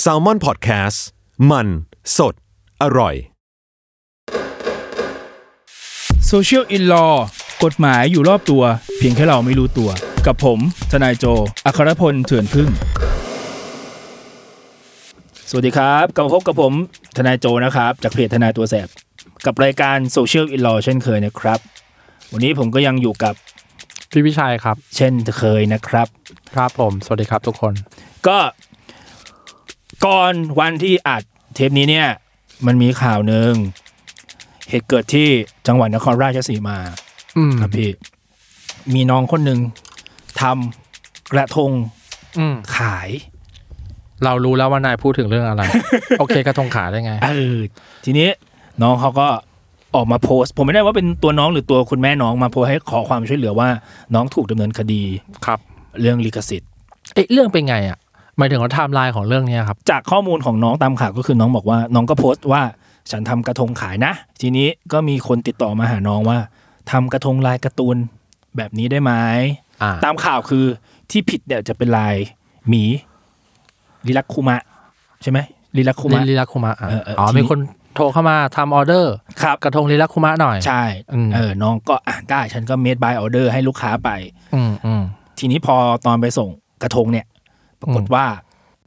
แซลมอนพอดแคสต์มันสดอร่อย Social in Law กฎหมายอยู่รอบตัว เพียงแค่เราไม่รู้ตัว กับผม ทนายโจ อัครพลเถื่อนพึ่ง สวัสดีครับกลับมาพบกับผม ทนายโจนะครับ จากเพจทนายตัวแสบ กับรายการ Social in Law เช่นเคยนะครับ วันนี้ผมก็ยังอยู่กับ พี่วิชัยครับ เช่นเคยนะครับ ครับผม สวัสดีครับทุกคน ก็ก่อนวันที่อัดเทปนี้เนี่ย มันมีข่าวหนึ่งเหตุเกิดที่จังหวัดนครราชสีมา อืม ครับพี่มีน้องคนหนึ่งทำกระทง อืม ขาย เรารู้แล้วว่านายพูดถึงเรื่อง อะไร โอเคกระทงขาได้ไง เออทีนี้น้องเขาก็ออกมาโพสต์ ผมไม่ได้ว่าเป็นตัวน้องหรือตัวคุณแม่น้องมาโพสต์ให้ขอความช่วยเหลือว่า น้องถูกดำเนินคดี ครับ เรื่องลิขสิทธิ์ เอ๊ะเรื่องเป็นไงอ่ะ หมายถึงว่าไทม์ไลน์ของเรื่องเนี้ยครับ จากข้อมูลของน้องตามข่าวก็คือน้องบอกว่า น้องก็โพสต์ว่าฉันทำกระทงขายนะ ทีนี้ก็มีคนติดต่อมาหาน้องว่าทำกระทงลายการ์ตูนแบบนี้ได้ไหม อ่า ตามข่าวคือที่ผิดเนี่ยจะเป็นลายหมีลิลักคุมะ ใช่ไหมลิลักคุ ลิ มะ ลิลักคุมะอะ เออเออ อ๋อ ทีนี้ มีคนโทรเข้ามาทำออเดอร์ ครับ กระทงลิลักคุมะหน่อย ใช่ อืม เออน้องก็อ่ะได้ฉันก็เมดบายออเดอร์ให้ลูกค้าไป อืมอืม ทีนี้พอตอนไปส่งกระทงเนี่ย ปรากฏว่า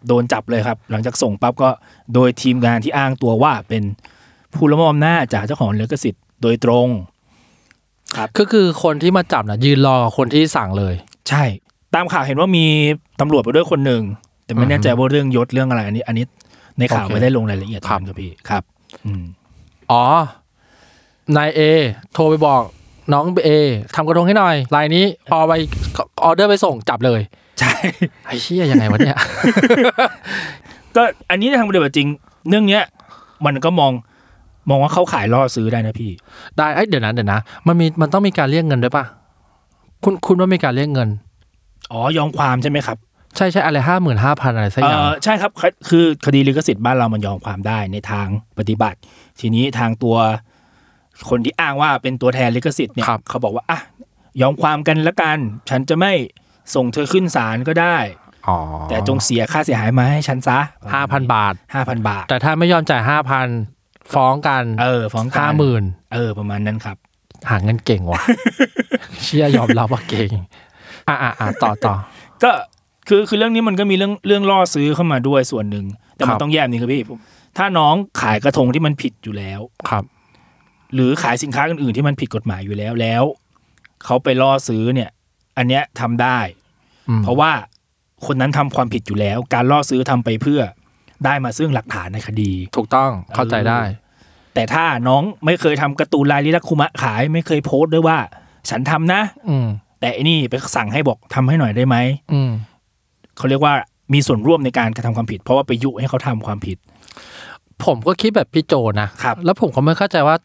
โดนจับเลยครับ หลังจากส่งปั๊บก็โดยทีมงานที่อ้างตัวว่าเป็นผู้ละเมดอมหน้าจจากเจ้าของเลือกสิทธิ์โดยตรง ก็คือคนที่มาจับนะยืนรอกับคนที่สั่งเลย ใช่ ตามข่าวเห็นว่ามีตำรวจไปด้วยคนหนึ่ง แต่ไม่แน่ใจว่าเรื่องยศเรื่องอะไรอันนี้ อันนี้ในข่าว โอเค ไม่ได้ลงรายละเอียด ครับ ครับพี่ครับ อืม อ๋อ นายเอโทรไปบอกน้องเอทำกระทงให้หน่อยลายนี้พอไปออเดอร์ไปส่งจับเลย ใช่ ไอ้เชี่ยยังไงวะเนี่ย ก็อันนี้ในทางปฏิบัติจริง เรื่องเนี้ย มันก็มองมองว่าเขาขายล่อซื้อได้นะพี่ ได้เอ้ยเดี๋ยวนะเดี๋ยวนะ มันมีมันต้องมีการเรียกเงินด้วยป่ะ คุณคุณว่ามีการเรียกเงิน อ๋อยอมความใช่ไหมครับ ใช่ใช่อะไรห้าหมื่นห้าพันอะไรสัก เอ อย่าง อใช่ครับคคือคดีลิขสิทธิ์บ้านเรามันยอมความได้ในทางปฏิบัติ ทีนี้ทางตัวคนที่อ้างว่าเป็นตัวแทนลิขสิทธิ์เนี่ย ครับ เขาบอกว่าอ่ะยอมความกันละกัน ฉันจะไม่ส่งเธอขึ้นศาลก็ได้ อ๋อ แต่จงเสียค่าเสียหายมาให้ฉันซะ ห้าพันบาท ห้าพันบาท แต่ถ้าไม่ยอมจ่ายห้าพันฟ้องกัน เออฟ้องกั ห้าหมื่น เออประมาณนั้นครับ หาเงินเก่งว่ะ เชื่อยอมรับว่าเก่ง อ่ะอ่ะอ่ะต่อต่อ ก็คือคือเรื่องนี้มันก็มีเรื่องเรื่องล่อซื้อเข้ามาด้วยส่วนหนึ่ง แต่มั คน รับ ต้องแยกนี่ครับพี่ผมถ้าน้องขายกระทงที่มันผิดอยู่แล้ว ครับ หรือขายสินค้าอื่นๆที่มันผิดกฎหมายอยู่แล้วแล้ว เขาไปล่อซื้อเนี่ย อันเนี้ยทำได้ อืม เพราะว่าคนนั้นทำความผิดอยู่แล้ว การล่อซื้อทำไปเพื่อได้มาซึ่งหลักฐานในคดี ถูกต้องเข้าใจได้ แต่ถ้าน้องไม่เคยทำการ์ตูนลายลิลักคุมะขายไม่เคยโพสต์ด้วยว่า ฉันทำนะ อืม แต่ไอ้นี่ไปสั่งให้บอกทำให้หน่อยได้ไหม อืม เขาเรียกว่ามีส่วนร่วมในการกระทำความผิด เพราะว่าไปยุให้เขาทำความผิด ผมก็คิดแบบพี่โจนะครับ แล้วผมก็ไม่เข้าใจว่า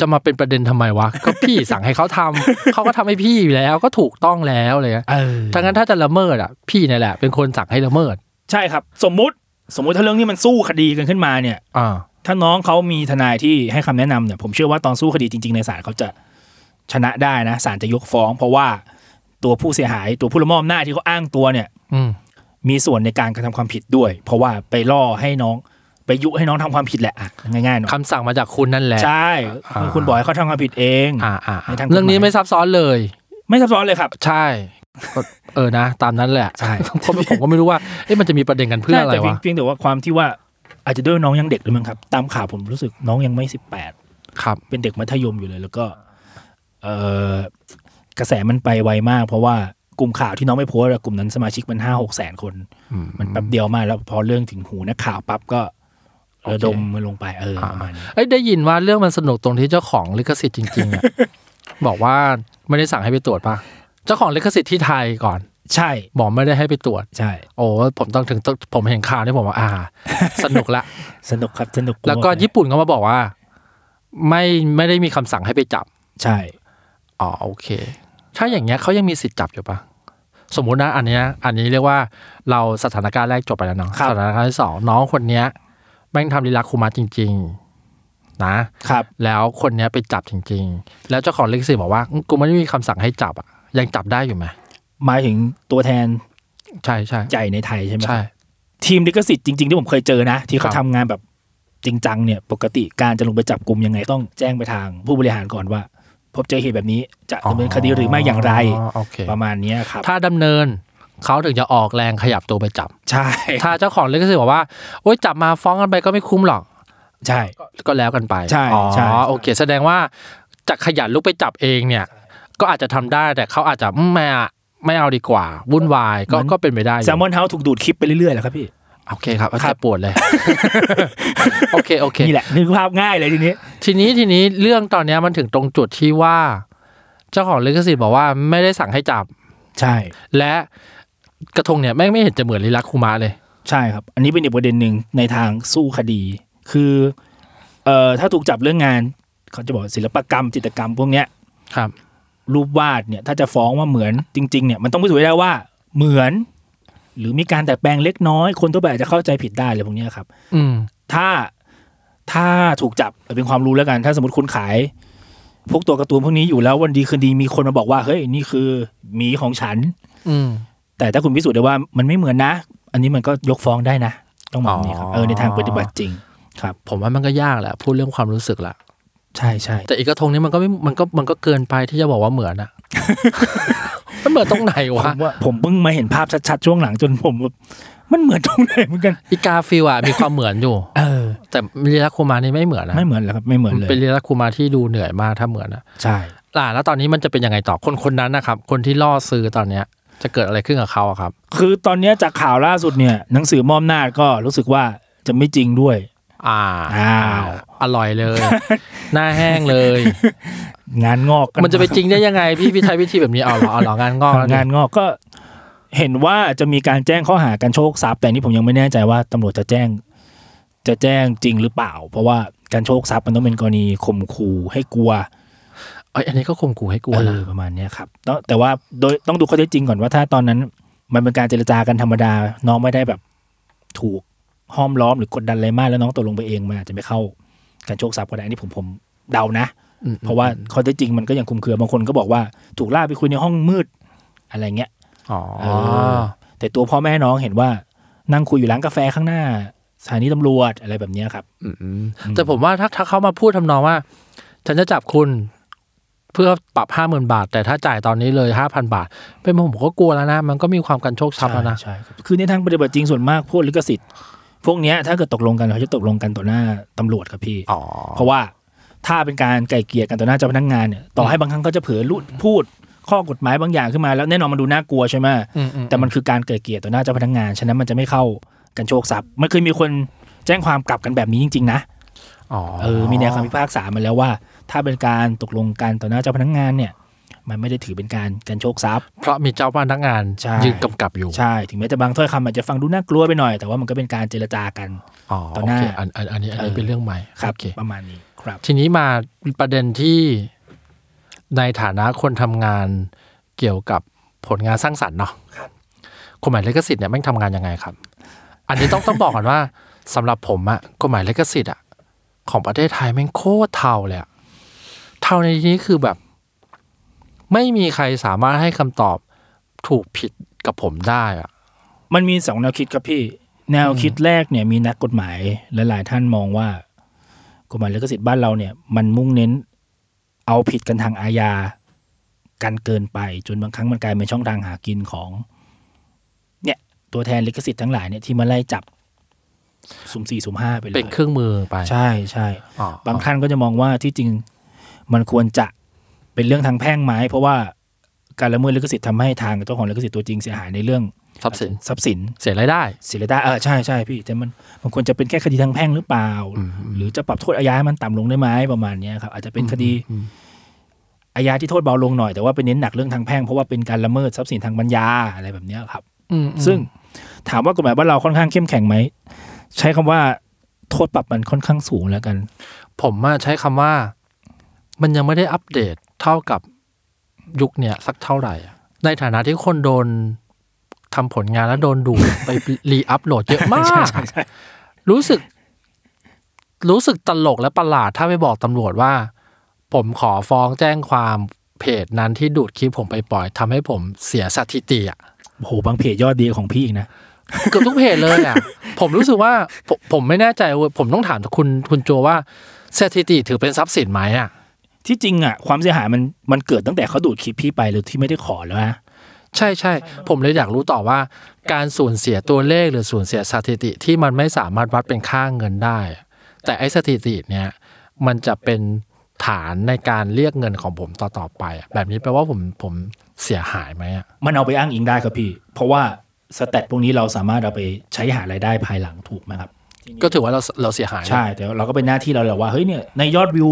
จะมาเป็นประเด็นทำไมวะ ก็พี่สั่งให้เขาทำ เขาก็ทำให้พี่อยู่แล้ว ก็ถูกต้องแล้วอะไรเลย เออ ถ้างั้นถ้าจะละเมิดอ่ะพี่นี่แหละ เป็นคนสั่งให้ละเมิด ใช่ครับ สมมุติสมมุติถ้าเรื่องนี้มันสู้คดีกันขึ้นมาเนี่ย อ่า ถ้าน้องเขามีทนายที่ให้คำแนะนำเนี่ยผมเชื่อว่าตอนสู้คดีจริง ๆ ในศาลเขาจะชนะได้นะศาลจะยกฟ้อง เพราะว่าตัวผู้เสียหายตัวผู้ละเมอมหน้าจที่เขาอ้างตัวเนี่ย อืม มีส่วนในการกระทำความผิดด้วย เพราะว่าไปล่อให้น้องไปยุให้น้องทำความผิดแหละอ่ะง่ายๆหน่อย คำสั่งมาจากคุณนั่นแหละ ใช่ อ่า คุณบอกให้เขาทำความผิดเอง อ่าอ่า ในทางกฎหมาย เรื่องนี้ไม่ซับซ้อนเลย ไม่ซับซ้อนเลยครับ ใช่ ก็เออนะ ตามนั้นแหละ ใช่ ผมผมก็ไม่รู้ว่าเอ๊ะมันจะมีประเด็นกันเพื่ออะไร ใช่แต่พียว ะ งเพียงแต่ว่าความที่ว่าอาจจะด้วยน้องยังเด็กด้วยมั้งครับ ตามข่าวผมรู้สึกน้องยังไม่สิบแปด ครับ เป็นเด็กมัธยมอยู่เลยแล้วก็ เออกระแสมันไปไวมาก เพราะว่ากลุ่มข่าวที่น้องไม่โพสต์อะกลุ่มนั้นสมาชิกมันห้าหกแสนคน มันแป๊บเดียวมากแล้วพอเรื่องถึงหูนักข่าวปั๊บก็ โอเค ระดมมันลงไปเออประมาณนี้ เอ้ยได้ยินว่าเรื่องมันสนุกตรงที่เจ้าของลิขสิ ทธิ์จริงๆอ่ะ บอกว่าไม่ได้สั่งให้ไปตรวจป่ะ เจ้าของลิขสิทธิ์ที่ไทยก่อน ใช่ หมอไม่ได้ให้ไปตรวจ ใช่ โอ้ผมต้องถึงผมเห็นข่าวนี่ผมว่าอ่า สนุก ละ สนุกครับสนุก แล้วก็ญี่ปุ่นก็มาบอกว่า ไม่ไม่ได้มีคำสั่งให้ไปจับ ใช่ อ๋อโอเค ถ้าอย่างเงี้ยเขายังมีสิทธิ์จับอยู่ปะสมมุตินะอันเนี้ยอันนี้เรียกว่าเราสถานการณ์แรกจบไปแล้วเนาะสถานการณ์ที่สองน้องคนเนี้ยแม่งทำลีลาคุมาจริง ๆ นะ ครับ แล้วคนเนี้ยไปจับจริง ๆ แล้วเจ้าของลิขสิทธิ์บอกว่ากูไม่ได้มีคำสั่งให้จับอ่ะยังจับได้อยู่ไหม หมายถึงตัวแทน ใช่ใช่ ใหญ่ในไทยใช่ไหมครับ ใช่ ทีมลิขสิทธิ์จริงๆ ที่ผมเคยเจอนะ ที่เขา ครับ ทำงานแบบจริงจังเนี่ย ปกติการจะลงไปจับกลุ่มยังไงต้องแจ้งไปทางผู้บริหารก่อนว่า พบเจอเหตุแบบนี้จะดำเนินคดีหรือไม่อย่างไร โอเค ประมาณเนี้ยครับ ถ้าดำเนินเขาถึงจะออกแรงขยับตัวไปจับ ใช่ ถ้าเจ้าของลิขสิทธิ์บอกว่าโอ๊ยจับมาฟ้องกันไปก็ไม่คุ้มหรอก ใช่ ก็แล้วกันไป ใช่ อ๋อ ใช่ โอเค แสดงว่าจะขยันลุกไปจับเองเนี่ย ก็อาจจะทำได้แต่เขาอาจจะอืมไม่อะไม่เอาดีกว่า วุ่นวายก็ก็เป็นไปได้อยู่ แซมมอนเฮาถูกดูดคลิปไปเรื่อยๆแล้วครับพี่ โอเคครับอา ครั จา บ ปว ดเลย โอเคโอเค นี่แหละนึกภาพง่ายเลยทีนี้ ทีนี้ทีนี้เรื่องตอนเนี้ยมันถึงตรงจุดที่ว่า เจ้าของลิขสิทธิ์บอกว่าไม่ได้สั่งให้จับ ใช่ และกระทงเนี่ยแม่งไม่เห็นจะเหมือนลิลักคูมาเลย ใช่ครับ อันนี้เป็นอีกประเด็นหนึ่งในทางสู้คดี คือเอ่อถ้าถูกจับเรื่องงานเขาจะบอกศิลปกรรมจิตรกรรมพวกเนี้ย ครับ รูปวาดเนี่ยถ้าจะฟ้องว่าเหมือนจริงๆเนี่ยมันต้องพิสูจน์ให้ได้ว่าเหมือน หรือมีการแต่แปลงเล็กน้อย คนทั่วไปอาจจะเข้าใจผิดได้เลยพวกเนี้ยครับ อืม ถ้าถ้าถูกจับเป็นความรู้แล้วกัน ถ้าสมมติคุณขาย พวกตัวการ์ตูนพวกนี้อยู่แล้ววันดีคืนดีมีคนมาบอกว่าเฮ้ยนี่คือหมีของฉัน อืม แต่ถ้าคุณพิสูจน์ได้ว่ามันไม่เหมือนนะ อันนี้มันก็ยกฟ้องได้นะ ต้องแบบนี้ครับ อ๋อ เออในทางปฏิบัติจริง ครับ ผมว่ามันก็ยากแหละพูดเรื่องความรู้สึกละ ใช่ใช่ แต่อีกกระทงนี้มันก็ไม่มันก็มันก็เกินไปที่จะบอกว่าเหมือนอะ มันเหมือนตรงไหน ผ วะ มว่าผมเพิ่งมาเห็นภาพชัดๆช่วงหลังจนผมแบบมันเหมือนตรงไหนเหมือนกัน อีกาฟิลอะมีความเหมือนอยู่ เออ แต่เรียลคูมานี่ไม่เหมือนนะ ไม่เหมือนเลยครับไม่เหมือน มัน เลย เป็นเรียลคูมาที่ดูเหนื่อยมากถ้าเหมือนอะ ใช่ ล่ะแล้วตอนนี้มันจะเป็นยังไงต่อคนคนนั้นนะครับ คนที่ล่อซื้อตอนเนี้ย จะเกิดอะไรขึ้นกับเขาอะครับ คือตอนเนี้ยจากข่าวล่าสุดเนี่ยหนังสือมอมนาจก็รู้สึกว่าจะไม่จริงด้วย อ่า อ้าว อร่อยเลย หน้าแห้งเลย งานงอกกั มันจะไปจริงได้ยังไงพี่พี่ไทยวิธีแบบนี้เอาเหรอเอาเหรองานงอกแล้ว งาน เนี่ย งอกก็ เห็นว่าจะมีการแจ้งข้อหาการโชคทรัพย์ แต่นี่ผมยังไม่แน่ใจว่าตำรวจจะแจ้ง จะแจ้งจริงหรือเปล่า เพราะว่าการโชคทรัพย์มันต้องเป็นกรณีข่มขู่ให้กลัว เอ้ยอันนี้ก็ข่มขู่ให้กลัว เอ นะ อประมาณเนี้ยครับต้องแต่ว่าโดยต้องดูข้อเท็จจริงก่อนว่าถ้าตอนนั้น มันเป็นการเจรจากันธรรมดา น้องไม่ได้แบบถูกห้อมล้อมหรือกดดันอะไรมากแล้วน้องตกลงไปเองมันอาจจะไม่เข้าการโชคทรัพย์ก็ได้อันนี้ผมผมเดานะ อืม เพราะว่าข้อเท็จจริงมันก็ยังคลุมเครือบางคนก็บอกว่าถูกล่าไปคุยในห้องมืดอะไรเงี้ย อ๋อ เออ แต่ตัวพ่อแม่น้องเห็นว่านั่งคุยอยู่ร้านกาแฟข้างหน้าสถานีตำรวจอะไรแบบเนี้ยครับ ม แต่ผมว่าถ้าถ้าเขามาพูดทำนองว่า ฉันจะจับคุณเพื่อปรับห้าหมื่นบาท แต่ถ้าจ่ายตอนนี้เลยห้าพันบาท เป็นผมผมก็กลัวแล้วนะ มันก็มีความกันโชคชับแล้วนะ ใช่ใช่ครับคือในทางปฏิบัติจริงส่วนมากพวกลิขสิทธิ์ พวกเนี้ยถ้าเกิดตกลงกันเขาจะตกลงกันต่อหน้าตำรวจครับพี่ อ๋อ เพราะว่าถ้าเป็นการไกล่เกลี่ยกันต่อหน้าเจ้าพนักงานเนี่ยต่อให้บางครั้งเขาจะเผลอลุดพูดข้อกฎหมายบางอย่างขึ้นมาแล้วแน่นอนมันดูน่ากลัวใช่ไหม อืมอืม แต่มันคือการไกล่เกลี่ยต่อหน้าเจ้าพนักงานฉะนั้นมันจะไม่เข้ากันโชคทรัพย์มันเคยมีคนแจ้งความกลับกันแบบนี้จริงๆนะ อ๋อ เออมีแนวคำพิพากษามาแล้วว่า ถ้าเป็นการตกลงกันต่อหน้าเจ้าพนักงานเนี่ย มันไม่ได้ถือเป็นการกันโชคทรัพย์ เพราะมีเจ้าพนักงาน ใช่ ยืนกำกับอยู่ ใช่ถึงแม้จะบางถ้อยคำอาจจะฟังดูน่ากลัวไปหน่อย แต่ว่ามันก็เป็นการเจรจากัน อ๋อ ต่อ โอ หน้า เคอันอันอันนี้อันนี้ เออ เป็นเรื่องใหม่ ครับ โอเค ประมาณนี้ครับ ทีนี้มาประเด็นที่ในฐานะคนทำงานเกี่ยวกับผลงานสร้างสรรค์เนาะกฎหมายลิขสิทธิ์เนี่ยแม่งทำงานยังไงครับ อันนี้ต้องต้องบอกก่อนว่าสำหรับผมอะกฎหมายลิขสิทธิ์อะของประเทศไทยแม่งโคตรเทาเลยอะเทาในที่นี้คือแบบ ไม่มีใครสามารถให้คำตอบถูกผิดกับผมได้อะ มันมีสองแนวคิดครับพี่ แนวคิดแรกเนี่ยมีนักกฎหมายลหลายๆท่านมองว่า กฎหมายลิขสิทธิ์บ้านเราเนี่ย มันมุ่งเน้นเอาผิดกันทางอาญากันเกินไป จนบางครั้งมันกลายเป็นช่องทางหากินของ เนี่ยตัวแทนลิขสิทธิ์ทั้งหลายเนี่ยที่มาไล่จับสุ่มสี่สุ่มห้าไปเล เป็ ย นเครื่องมือไป ใช่ใช่ อ๋อ บางท่านก็จะมองว่าที่จริงมันควรจะเป็นเรื่องทางแพ่งไหมเพราะว่าการละเมิดลิขสิทธิ์ทำให้ทางเจ้าของลิขสิทธิ์ตัวจริงเสียหายในเรื่อง ทรัพย์สิน ทรัพย์สิน เสียรายได้ เสียรายได้เออใช่ใช่พี่แต่มันมันควรจะเป็นแค่คดีทางแพ่งหรือเปล่า หรือจะปรับโทษอาญาให้มันต่ำลงได้ไหมประมาณเนี้ยครับอาจจะเป็นคดี อาญาที่โทษเบาลงหน่อยแต่ว่าไปเน้นหนักเรื่องทางแพ่งเพราะว่าเป็นการละเมิดทรัพย์สินทางปัญญาอะไรแบบเนี้ยครับ อืม ซึ่งถามว่ากฎหมายบ้านเราค่อนข้างเข้มแข็งไหม ใช้คำว่าโทษปรับมันค่อนข้างสูงแล้วกัน ผมอะใช้คำว่า มันยังไม่ได้อัปเดตเท่ากับยุคเนี้ยสักเท่าไหร่อะในฐานะที่คนโดนทำผลงานแล้วโดนดูด ไปรีอัพโหลดเยอะมาก รู้สึก รู้สึกตลกและประหลาดถ้าไปบอกตำรวจว่า ผมขอฟ้องแจ้งความเพจนั้นที่ดูดคลิปผมไปปล่อยทำให้ผมเสียสถิติอ่ะ โอ้โหบางเพจยอดดีของพี่อีกนะ เกือบทุกเพจเลยอ่ะ ผมรู้สึกว่าผมผมไม่แน่ใจเว้ยผมต้องถามคุณคุณโจว่าสถิติถือเป็นทรัพย์สินไหมอ่ะ ที่จริงอ่ะความเสียหายมันมันเกิดตั้งแต่เขาดูดคลิปพี่ไปหรือที่ไม่ได้ขอแล้วนะ ใช่ใช่ผมเลยอยากรู้ต่อว่า การสูญเสียตัวเลขหรือสูญเสียสถิติที่มันไม่สามารถวัดเป็นค่าเงินได้ แต่ไอ้สถิติเนี่ยมันจะเป็นฐานในการเรียกเงินของผมต่อต่อๆไปอะแบบนี้แปลว่าผมผมเสียหายไหมอ่ะ มันเอาไปอ้างอิงได้ครับพี่ เพราะว่าสแตทพวกนี้เราสามารถเอาไปใช้หารายได้ภายหลังถูกไหมครับ ก็ถือว่าเราเราเสียหายนะ ใช่แต่เราก็เป็นหน้าที่เราแหละว่าเฮ้ยเนี่ยในยอดวิว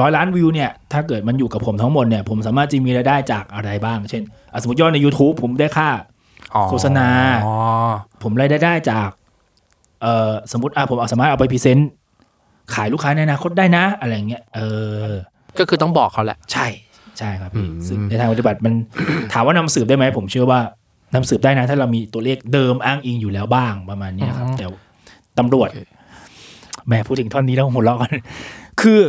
ร้อยล้านวิวเนี่ย ถ้าเกิดมันอยู่กับผมทั้งหมดเนี่ยผมสามารถจะมีรายได้จากอะไรบ้าง เช่นอ่ะสมมติยอดใน YouTube ผมได้ค่า อ๋อ โฆษณา อ๋อ ผมรายได้ได้จากเอ่อสมมติอ่ะผมเอาสามารถเอาไปพรีเซนต์ขายลูกค้าในอนาคตได้นะ อะไรอย่างเงี้ยเออ ก็คือต้องบอกเขาแหละ ใช่ใช่ครับพี่ซึ่งในทางปฏิบัติมัน ถามว่านำสืบได้ไหมผมเชื่อว่านำสืบได้นะ ถ้าเรามีตัวเลขเดิมอ้างอิงอยู่แล้วบ้างประมาณเนี้ยครับ แต่ตำรวจ โอเค แหมพูดถึงท่อนนี้แล้วหัวเราะกัน คือ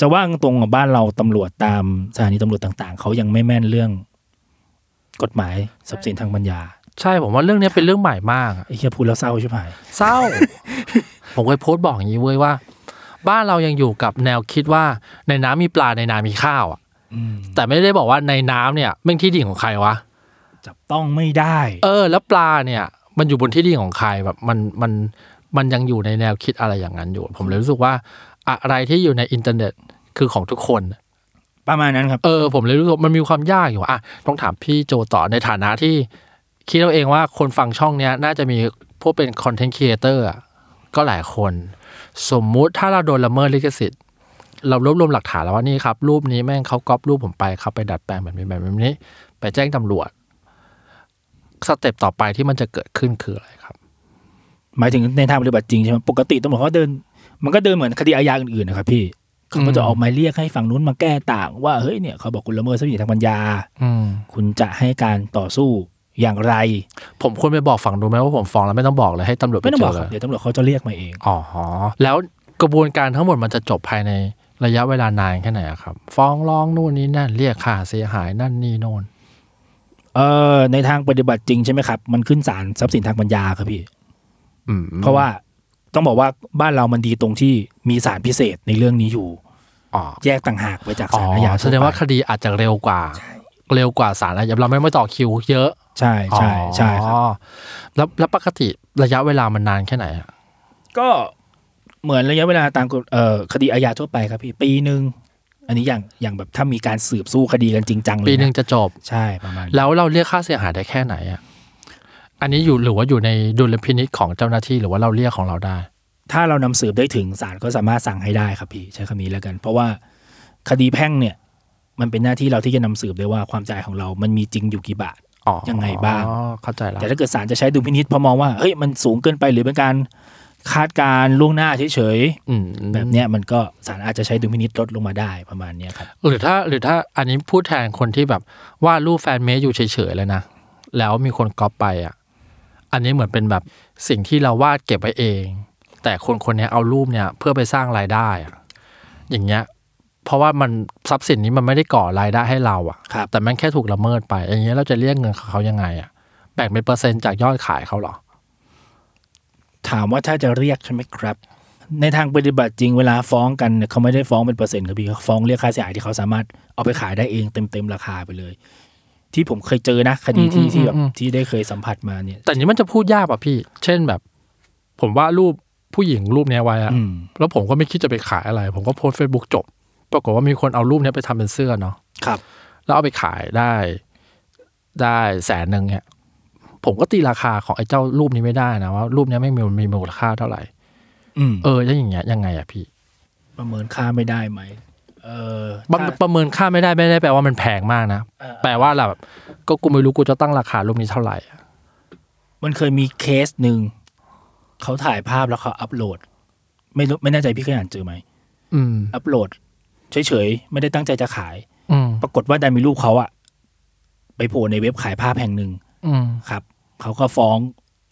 จะว่างตรงกับบ้านเราตำรวจตามสถานีตำรวจต่าง ๆ เขายังไม่แม่นเรื่อง กฎหมายทรัพย์สินทางปัญญา ใช่ผมว่าเรื่องเนี้ยเป็นเรื่องใหม่มากอะ ไอ้เฮียพูดแล้วเศร้าใช่ไหม เศ ร้า ผมเคยโพสต์บอกอย่างนี้เว้ยว่า บ้านเรายังอยู่กับแนวคิดว่าในน้ำมีปลาในนามีข้าวอ่ะแต่ไม่ได้บอกว่าในน้ำเนี่ยแม่งที่ดินของใครวะ จับต้องไม่ได้ เออ แล้วปลาเนี่ย มันอยู่บนที่ดินของใครแบบมันมันมันยังอยู่ในแนวคิดอะไรอย่างนั้นอยู่ ผมเลยรู้สึกว่า อะไรที่อยู่ในอินเทอร์เน็ตคือของทุกคน ประมาณนั้นครับ เออผมเลยรู้สึกว่ามันมีความยากอยู่อ่ะต้องถามพี่โจต่อในฐานะที่ คิดเอาเองว่าคนฟังช่องเนี้ยน่าจะมีพวกเป็นคอนเทนต์ครีเอเตอร์ก็หลายคน สมมุติถ้าเราโดนละเมิดลิขสิทธิ์ เรารวบรวมหลักฐานแล้วว่านี่ครับ รูปนี้แม่งเขาก๊อปรูปผมไปครับไปดัดแปลงแบบนี้แบบนี้ ไปแจ้งตำรวจสเต็ปต่อไปที่มันจะเกิดขึ้นคืออะไรครับ หมายถึงในทางปฏิบัติจริงใช่ไหมปกติตำรวจเขาเดิน มันก็เดินเหมือนคดีอาญาอื่นๆนะครับพี่ เขาก็จะออกหมายเรียกให้ฝั่งนู้นมาแก้ต่าง ว่าเฮ้ยเนี่ยเขาบอกคุณละเมิดทรัพย์สินทางปัญญา อืม คุณจะให้การต่อสู้อย่างไร ผมควรไปบอกฝั่งดูไหมว่าผมฟ้องแล้วไม่ต้องบอกเลยให้ตำรวจไป ไม่ต้อง เจ บอก อ ค เล รับ ย เดี๋ยวตำรวจเขาจะเรียกมาเอง อ๋อแล้วกระบวนการทั้งหมดมันจะจบภายในระยะเวลานานแค่ไหนอะครับ ฟ้องร้องนู่นนี่นั่นเรียกค่าเสียหายนั่นนี่โน่น เออในทางปฏิบัติจริงใช่ไหมครับ มันขึ้นศาลทรัพย์สินทางปัญญาครับพี่ อืม เพราะว่าต้องบอกว่าบ้านเรามันดีตรงที่มีศาลพิเศษในเรื่องนี้อยู่ อ๋อ แยกต่างหากไปจาก อ๋อ ศาลอาญาทั่ไป แสดงว่าคดีอาจจะเร็วกว่า เร็วกว่าศาลอาญาเราไม่ไม่ต่อคิวเยอะ ใช่ใช่ใช่ครับ อ๋อแล้วแล้วปกติระยะเวลามันนานแค่ไหนอะ ก็เหมือนระยะเวลาตามกฎเอ่อคดีอาญาทั่วไปครับพี่ปีหนึ่งอันนี้อย่างอย่างแบบถ้ามีการสืบสู้คดีกันจริงจังเลยะ ปีหนึ่งจะจบ ใช่ประมาณ แล้วเราเรียกค่าเสียหายได้แค่ไหนอะอันนี้อยู่หรือว่าอยู่ในดุลพินิจของเจ้าหน้าที่หรือว่าเราเรียกของเราได้ ถ้าเรานำสืบได้ถึงศาลก็สามารถสั่งให้ได้ครับพี่ใช้คำนี้แล้วกัน เพราะว่าคดีแพ่งเนี่ย มันเป็นหน้าที่เราที่จะนำสืบได้ว่าความจ่ายของเรามันมีจริงอยู่กี่บาท อ๋อ ยังไงบ้าง อ๋อเข้าใจแล้ว แต่ถ้าเกิดศาลจะใช้ดุลพินิษพอมองว่าเฮ้ยมันสูงเกินไปหรือเป็นการคาดการณ์ล่วงหน้าเฉย อืม ๆแบบเนี้ยมันก็ศาลอาจจะใช้ดุลพินิษลดลงมาได้ประมาณเนี้ยครับ หรือถ้าหรือถ้าอันนี้พูดแทนคนที่แบบวาดรูปแฟนเมสอยู่เฉยๆเลยนะ แล้วมีคนก๊อปไปอ่ะ อันนี้เหมือนเป็นแบบสิ่งที่เราวาดเก็บไว้เอง แต่คนคนเนี้ยเอารูปเนี่ยเพื่อไปสร้างรายได้อะอย่างเงี้ย เพราะว่ามันทรัพย์สินนี้มันไม่ได้ก่อรายได้ให้เราอ่ะ ครับ แต่มันแค่ถูกละเมิดไป อย่างเงี้ยเราจะเรียกเงินเขายังไงอ่ะแบ่งเป็นเปอร์เซ็นต์จากยอดขายเขาเหรอ ถามว่าถ้าจะเรียกใช่ไหมครับ ในทางปฏิบัติจริงเวลาฟ้องกันเนี่ยเขาไม่ได้ฟ้องเป็นเปอร์เซ็นต์ครับพี่เขาฟ้องเรียกค่าเสียหายที่เขาสามารถเอาไปขายได้เองเต็มเต็มๆราคาไปเลย ที่ผมเคยเจอนะคดีที่ อืม ที่แบบ อืม ที่ได้เคยสัมผัสมาเนี่ย แต่นี้มันจะพูดยากป่ะพี่ เช่นแบบ ผมวาดรูปผู้หญิงรูปเนี้ยไว้อะ อืม แล้วผมก็ไม่คิดจะไปขายอะไร ผมก็โพสเฟซบุ๊กจบ ปรากฏว่ามีคนเอารูปเนี้ยไปทำเป็นเสื้อเนาะ ครับ แล้วเอาไปขายได้ได้แสนหนึ่งเนี่ย ผมก็ตีราคาของไอ้เจ้ารูปนี้ไม่ได้นะว่ารูปเนี้ยไม่มีมีมูลค่าเท่าไหร่ อืม เออแล้วอย่างเงี้ยยังไงอะพี่ ประเมินค่าไม่ได้ไหม เออ มัน ถ้า ประเมินค่าไม่ได้ไม่ได้แปลว่ามันแพงมากนะ เออ แปลว่าแบบก็กูไม่รู้กูจะตั้งราคารูปนี้เท่าไหร่ มันเคยมีเคสหนึ่งเขาถ่ายภาพแล้วเขาอัพโหลด ไม่รู้ไม่แน่ใจพี่เคยอ่านเจอไหม อืม อัพโหลดเฉยๆ ไม่ได้ตั้งใจจะขาย อืม ปรากฏว่าดันมีรูปเขาอะไปโผล่ในเว็บขายภาพแห่งหนึ่ง อืม ครับเขาก็ฟ้อง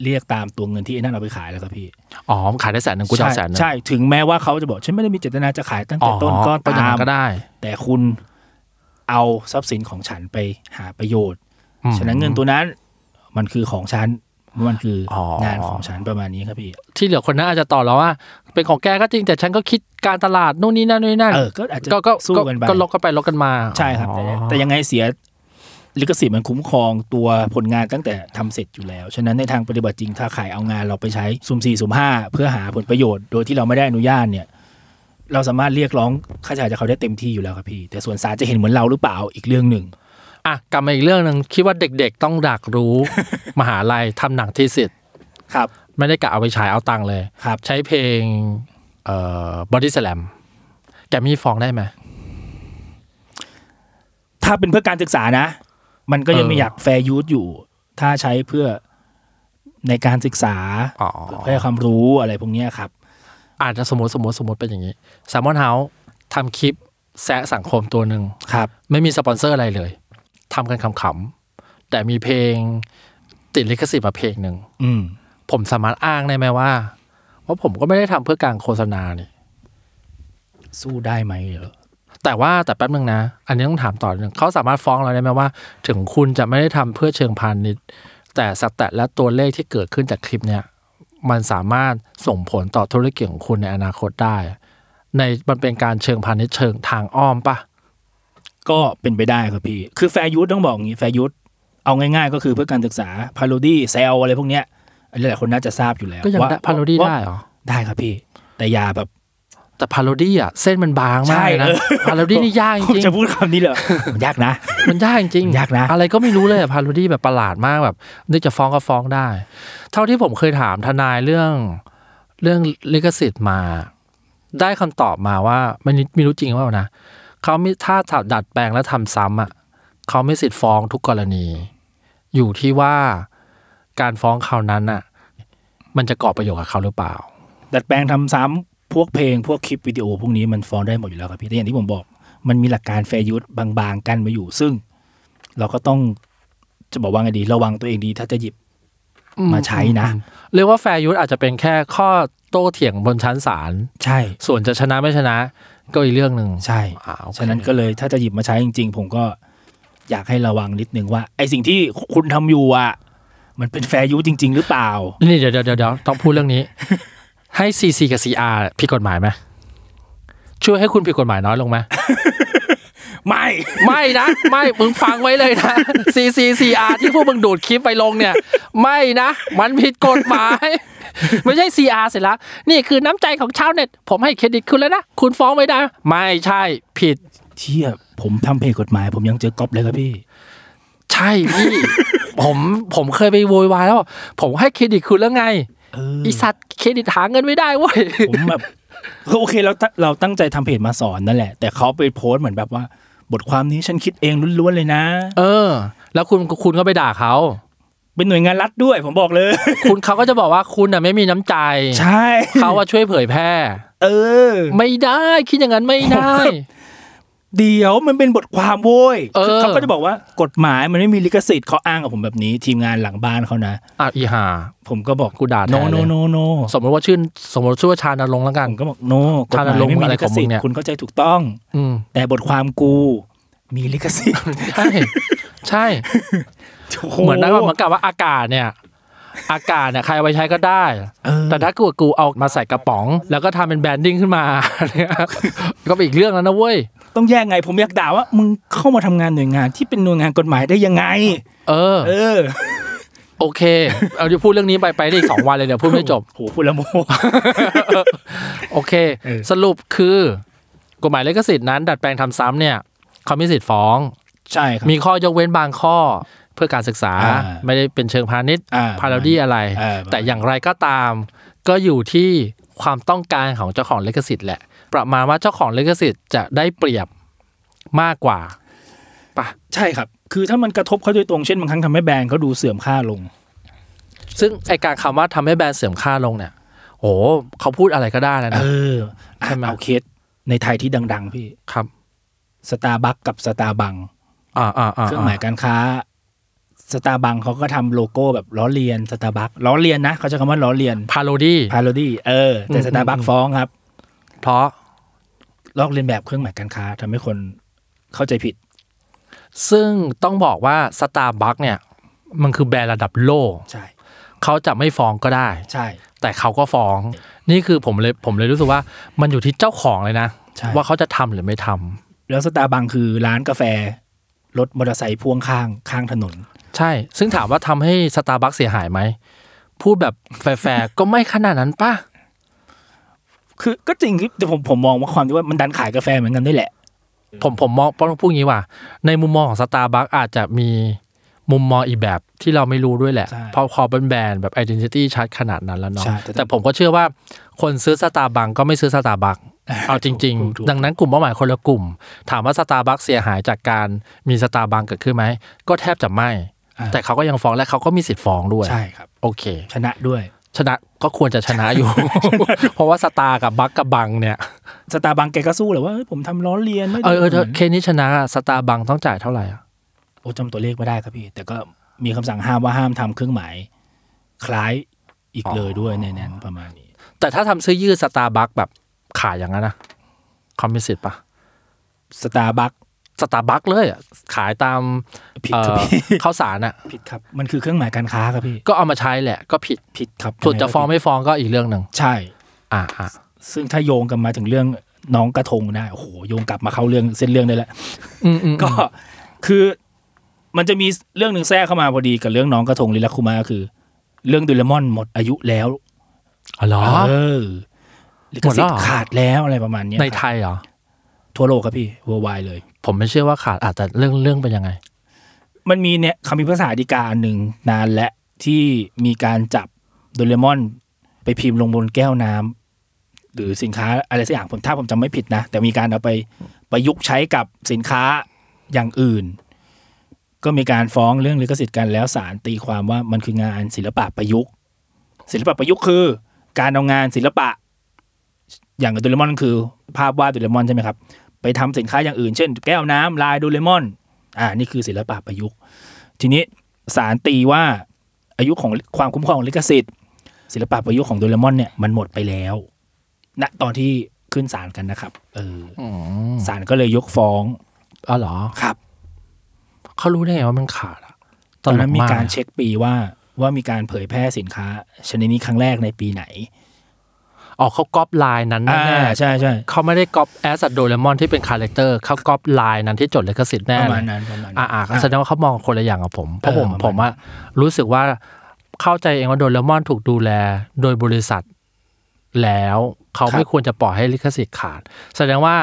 เรียกตามตัวเงินที่ไอ้นั่นเอาไปขายแล้วครับพี่ อ๋อขายได้แสนหนึ่งกูจะเอาแสนหนึ่ง ใช่ถึงแม้ว่าเขาจะบอกฉันไม่ได้มีเจตนาจะขายตั้ง อ๋ แต่ อ ต้นก็ ก็ยัง ตา ไง ม ก็ได้ แต่คุณเอาทรัพย์สินของฉันไปหาประโยชน์ อืม ฉะนั้นเงินตัวนั้นมันคือของฉัน มันคืออ อ งานของฉันประมาณนี้ครับพี่ ที่เหลือคนหน่าอาจจะต่อแล้วว่า เป็นของแกก็จริงแต่ฉันก็คิดการตลาดนู่นนี่นั่นนู่นนี่นั่น เออ ก็อาจจะ ก็ก็ สู้ ก็ กันไป ก็ลกกันไปลกกันมา ใช่ครับ อ๋อ แต่แต่ยังไงเสียลิขสิทธิ์มันคุ้มครองตัวผลงานตั้งแต่ทำเสร็จอยู่แล้ว ฉะนั้นในทางปฏิบัติจริงถ้าขายเอางานเราไปใช้สุ่มสี่สุ่มห้าเพื่อหาผลประโยชน์โดยที่เราไม่ได้อนุญาตเนี่ย เราสามารถเรียกร้องค่าใช้จ่ายจากเขาได้เต็มที่อยู่แล้วครับพี่ แต่ส่วนศาลจะเห็นเหมือนเราหรือเปล่าอีกเรื่องหนึ่ง อ่ะกลับมาอีกเรื่องหนึ่งคิดว่าเด็กๆต้องดักรู้ มหาลัยทำหนังทีสิทธิ์ ครับ ไม่ได้กะเอาไปฉายเอาตังค์เลย ครับ ใช้เพลงเอ่อบอดี้สแลมแกมีฟ้องได้ไหม ถ้าเป็นเพื่อการศึกษานะ มันก็ยัง เออ ไม่อยากแฟร์ยู e อยู่ ถ้าใช้เพื่อในการศึกษา อ๋อ เพื่อให้ความรู้อะไรพวกเนี้ยครับ อาจจะสมมติสมมติสมมติเป็นอย่างนี้แซมมอนเฮาส์ทำคลิปแซะสังคมตัวหนึ่ง ครับ ไม่มีสปอนเซอร์อะไรเลยทำกันขำๆแต่มีเพลงติดลิขสิทธิ์มาเพลงหนึ่ง อืม ผมสามารถอ้างได้ไหมว่าว่าผมก็ไม่ได้ทำเพื่อการโฆษณานี่ สู้ได้ไหมเหรอ แต่ว่าแต่แป๊บนึงนะ อันนี้ต้องถามต่อหนึ่งเขาสามารถฟ้องเราได้ไหมว่า ถึงคุณจะไม่ได้ทำเพื่อเชิงพาณิชย์ แต่สแตทและตัวเลขที่เกิดขึ้นจากคลิปเนี่ย มันสามารถส่งผลต่อธุรกิจของคุณในอนาคตได้ ในมันเป็นการเชิงพาณิชย์เชิงทางอ้อมปะ ก็เป็นไปได้ครับพี่ คือแฟร์ยูต้องบอกอย่างนี้แฟร์ยูเอาง่ายๆ ก็คือเพื่อการศึกษาพาโ o ดี้เซลอะไรพวกเนี้ยอันนี้หลายคนน่าจะทราบอยู่แล้ว ก็ยัง ว่ พาโรดี้ ว่ ได้เหรอ ได้ครับพี่ แต่อย่าแบบ แต่พาโรดี้อะเส้นมันบางมากเลยใช่นะเออ พาโรดี้นี่ยากจ ผม ริง จะพูดคำนี้เลย มันยากนะ ๆมันยากจริงๆ ยากนะ อะไรก็ไม่รู้เลยพาโรดี้แบบประหลาดมากแบบนึกจะฟ้องก็ฟ้องได้ เท่าที่ผมเคยถามทนายเรื่องเรื่องลิขสิทธิ์มา ได้คำตอบมาว่าไม่รู้ไม่รู้จริงหรือเปล่านะเขาไม่ถ้าดัดแปลงและทำซ้ำอะเขาไม่สิทธิ์ฟ้องทุกกรณี อยู่ที่ว่าการฟ้องคราวนั้นอะมันจะก่อประโยชน์กับเขาหรือเปล่า ดัดแปลงทำซ้ำพวกเพลงพวกคลิปวิดีโอพวกนี้มันฟ้องได้หมดอยู่แล้วครับพี่แต่อย่างที่ผมบอก มันมีหลักการแฟร์ยูสบางๆกันมาอยู่ ซึ่ง เราก็ต้องจะบอกว่าไงดี ระวังตัวเองดีถ้าจะหยิบมาใช้นะ เรียกว่าแฟร์ยุทอาจจะเป็นแค่ข้อโต้เถียงบนชั้นศาล ใช่ ส่วนจะชนะไม่ชนะ ก็อีกเรื่องหนึ่ง ใช่ อ่าโอเค ฉะนั้นก็เลยถ้าจะหยิบมาใช้จริง ๆ ผมก็อยากให้ระวังนิดนึงว่า ไอสิ่งที่คุณทำอยู่อ่ะมันเป็นแฟร์ยูสจริง ๆ หรือเปล่า นี่เดี๋ยวเดี๋ยวเดี๋ยวเดี๋ยวต้องพูดเรื่อง นี้ ให้ CC กับ CR ผิดกฎหมายไหมช่วยให้คุณผิดกฎหมายน้อยลงไหม ไม่ ไม่นะ ไม่มึงฟังไว้เลยนะ CC CR ที่พวกมึงดูดคลิปไปลงเนี่ย ไม่นะ มันผิดกฎหมาย ไม่ใช่ CR เสร็จแล้ว นี่คือน้ำใจของชาวเน็ต ผมให้เครดิตคุณแล้วนะ คุณฟ้องไม่ได้ ไม่ใช่ผิด เชี่ยผมทำเพลงกฎหมาย ผมยังเจอก๊อปเลยครับพี่ ใช่พี่ ผมผมเคยไปโวยวายแล้วบอกผมให้เครดิตคุณแล้วไง เออ ไอีสัตว์เครดิตหาเงินไม่ได้เว้ย ผมแบบ คือโอเคเราตั้งเราตั้งใจทำเพจมาสอนนั่นแหละ แต่เขาไปโพสต์เหมือนแบบว่า บทความนี้ฉันคิดเองล้วนๆเลยนะ เออ แล้วคุณคุณก็ไปด่าเขา เป็นหน่วยงานรัฐด้วยผมบอกเลย คุณเขาก็จะบอกว่าคุณน่ะไม่มีน้ำใจ ใช่ เขาว่าช่วยเผยแพร่ เออ ไม่ได้คิดอย่างนั้นไม่ได้ เดี๋ยวมันเป็นบทความโว้ย เออ คือเขาก็จะบอกว่ากฎหมายมันไม่มีลิขสิทธิ์เขาอ้างกับผมแบบนี้ ทีมงานหลังบ้านเขานะ อ่ะอีหา ผมก็บอก กูด่าแทน โนโน เลย โนโน สมมติว่าชื่อสมมติชื่อว่าชานรงค์แล้วกัน ผมก็บอกโนกฎห ถ้าเรา มาย ลง ไม่มี อะไร ลิ ข ข องมึ สิท ง ธิ์ เนี่ย คุณเข้าใจถูกต้อง อืม แต่บทความกูมีลิขสิทธิ์ ใช่ใช่ เหมือนนะเหมือนกับว่าอากาศเนี่ย อากาศเนี่ยใครเอาไปใช้ก็ได้ เออ แต่ถ้ากูกูเอามาใส่กระป๋อง แล้วก็ทำเป็นแบรนดิ้งขึ้นมา เนี่ยก็เป็นอีกเรื่องแล้วนะเว้ย ต้องแยกไง ผมอยากด่าว่า มึงเข้ามาทำงานหน่วยงานที่เป็นหน่วยงานกฎหมายได้ยังไง เออ เออ โอเค เอาจะพูดเรื่องนี้ไปไปได้อีกสองวันเลยเดี๋ยวพูดไม่จบ โหพูด และโม โอเค เออ สรุปคือกฎหมายลิขสิทธิ์นั้น ดัดแปลงทำซ้ำเนี่ยเขามีสิทธิ์ฟ้อง ใช่ครับ มีข้อยกเว้นบางข้อเพื่อการศึกษา อ่า ไม่ได้เป็นเชิงพาณิชย์ อ่า พาราดี้อะไร เออประมาณ แต่อย่างไรก็ตาม ก็อยู่ที่ความต้องการของเจ้าของลิขสิทธิ์แหละ ประมาณว่าเจ้าของลิขสิทธิ์จะได้เปรียบมากกว่า ใช่ครับ คือถ้ามันกระทบเขาโดยตรงเช่นบางครั้งทำให้แบรนด์เขาดูเสื่อมค่าลง ซึ่งไอการคำว่าทำให้แบรนด์เสื่อมค่าลงเนี่ย โอ้โหเขาพูดอะไรก็ได้แล้ว เอ นะ อ ใช่ไหม เอาเคสในไทยที่ดัง ๆ พี่ ครับ สตาร์บัคกับสตาร์บัง อ่าอ่าอ่า เครื่องหมายการค้าสตาร์บังเขาก็ทำโลโก้แบบล้อเลียนสตาร์บัคล้อเลียนนะเขาใช้คำว่าล้อเลียน พาโรดี พาโรดี้เออแต่ อืม สตาร์บัค อืม ฟ้องครับ เพราะ ลอกเลียนแบบเครื่องหมายการค้าทำให้คนเข้าใจผิด ซึ่งต้องบอกว่าสตาร์บัคเนี่ย มันคือแบรนด์ระดับโลก ใช่ เขาจะไม่ฟ้องก็ได้ ใช่ แต่เขาก็ฟ้อง นี่คือผมเลยผมเลยรู้สึกว่ามันอยู่ที่เจ้าของเลยนะ ใช่ ว่าเขาจะทำหรือไม่ทำ แล้วสตาร์บังคือร้านกาแฟรถมอเตอร์ไซค์พ่วงข้างข้างถนน ใช่ ซึ่งถามว่าทำให้สตาร์บัคเสียหายไหม พูดแบบแฟร์ๆ ก็ไม่ขนาดนั้นป่ะ คือก็จริงคือแต่ผมผมมองว่าความที่ว่ามันดันขายกาแฟเหมือนกันด้วยแหละ ผมผมมองเพราะพูดงี้ว่า ในมุมมองของสตาร์บัคอาจจะมีมุมมองอีกแบบที่เราไม่รู้ด้วยแหละ ใช่ เพราะพอเป็นแบรนด์แบบ identity ชัดขนาดนั้นแล้วเนาะ ใช่แต่ แต่ผมก็เชื่อว่าคนซื้อสตาร์บัคก็ไม่ซื้อสตาร์บั คเอาจริง ถูกถูก ๆ ดังนั้นกลุ่มเป้าหมายคนละกลุ่ม ถามว่าสตาร์บัคเสียหายจากการมีสตาร์บัคเกิดขึ้นไหม ก็แทบจะไม่ แต่เขาก็ยังฟ้องและเขาก็มีสิทธิ์ฟ้องด้วย ใช่ครับ โอเค ชนะด้วย ชนะก็ควรจะชนะ อยู่ เพราะว่าสตาร์กับบัคกับบังเนี่ย สตาร์บังแกก็สู้แหละว่าเอ้ยผมทำล้อเลียนไม่ เอ ได้ อเออเธอเคสนี้ชนะสตาร์บังต้องจ่ายเท่าไหร่อะ โอ้จำตัวเลขไม่ได้ครับพี่ แต่ก็มีคำสั่งห้ามว่าห้ามทำเครื่องหมาย คล้ายอีกเลยด้วยในนั้นประมาณนี้ แต่ถ้าทำเสื้อยืดสตาร์บัคแบบขายอย่างนั้นนะคอมมิสิตปะ สตาร์บัค สตาร์บัคเลยอะขายตาม ผิด เอ่ ครับ อ พี่ ข้าวสารอ่ะ ผิดครับ มันคือเครื่องหมายการค้าครับพี่ ก็เอามาใช้แหละก็ผิด ผิดครับ ส่วนจะฟ้อง ยังไงก็ผิ ไม่ฟ้องก็อีกเรื่องหนึ่ง ดใช่ อ่าอ่ะ ซึ่งถ้าโยงกันมาถึงเรื่องน้องกระทงได้โอ้โหโยงกลับมาเข้าเรื่องเส้นเรื่องได้แล้ว อืมอืม ก็คือมันจะมีเรื่องหนึ่งแทรกเข้ามาพอดีกับเรื่องน้องกระทงลิลักคุมาคือ เรื่องดูเลมอนหมดอายุแล้ว อ๋อเหรอ เออลิข หมดแล้ สิท วเหรอ ธิ์ขาดแล้วอะไรประมาณเนี้ย ใน ครับ ไทยเหรอ ทั่วโลกครับพี่ worldwide เลย ผมไม่เชื่อว่าขาดอาจจะแต่เรื่องเรื่องเป็นยังไง มันมีเนี่ยคำพิพากษาฎีกาอันหนึ่งนานและที่มีการจับโดเรมอน ไปพิมพ์ลงบนแก้วน้ำหรือสินค้าอะไรสักอย่างผมถ้าผมจำไม่ผิดนะ แต่มีการเอาไปประยุกต์ใช้กับสินค้าอย่างอื่น ก็มีการฟ้องเรื่องลิขสิทธิ์กันแล้วศาลตีความว่ามันคืองานศิลปะประยุกต์ ศิลปะประยุกต์คือ การเอางานศิลปะ อย่างกับโดูเลมอนคือ ภาพวาดโดูเลมอนใช่ไหมครับไปทำสินค้าอย่างอื่น เช่น แก้วน้ำลายโดูเลมอน อ่านี่คือศิลปะประยุกต์ ทีนี้ศาลตีว่าอายุของความคุ้มครองของลิขสิทธิ์ ศิลปะประยุกต์ของโดเรมอนเนี่ยมันหมดไปแล้วณตอนที่ขึ้นศาลกันนะครับ เออ อืม ศาลก็เลยยกฟ้อง อ๋อเหรอ ครับ เขารู้ได้ไงว่ามันขาดอะ ตอนนั้น ล มี ก การ อะ เช็คปีว่าว่ามีการเผยแพร่สินค้า ชนิดนี้ครั้งแรกในปีไหน อ๋อเขาก๊อปไลน์นั้น อ่า แน่ ใช่ใช่ ๆเขาไม่ได้ก๊อปแอสโดเรมอนที่เป็นคาแรคเตอร์เขาก๊อปไลน์นั้นที่จดลิขสิทธิ์แน่ ประ เล มาย ณนั้นประมาณนั้น อ่าอ่าแสดงว่าเขามองคนละอย่างกับผม เพราะผม เออประมาณ ผมอะรู้สึกว่าเข้าใจเองว่าโดเรมอนถูกดูแลโดยบริษัท แล้วเขาไม่ควรจะปล่อยให้ลิขสิทธิ์ขาด แสดงว่า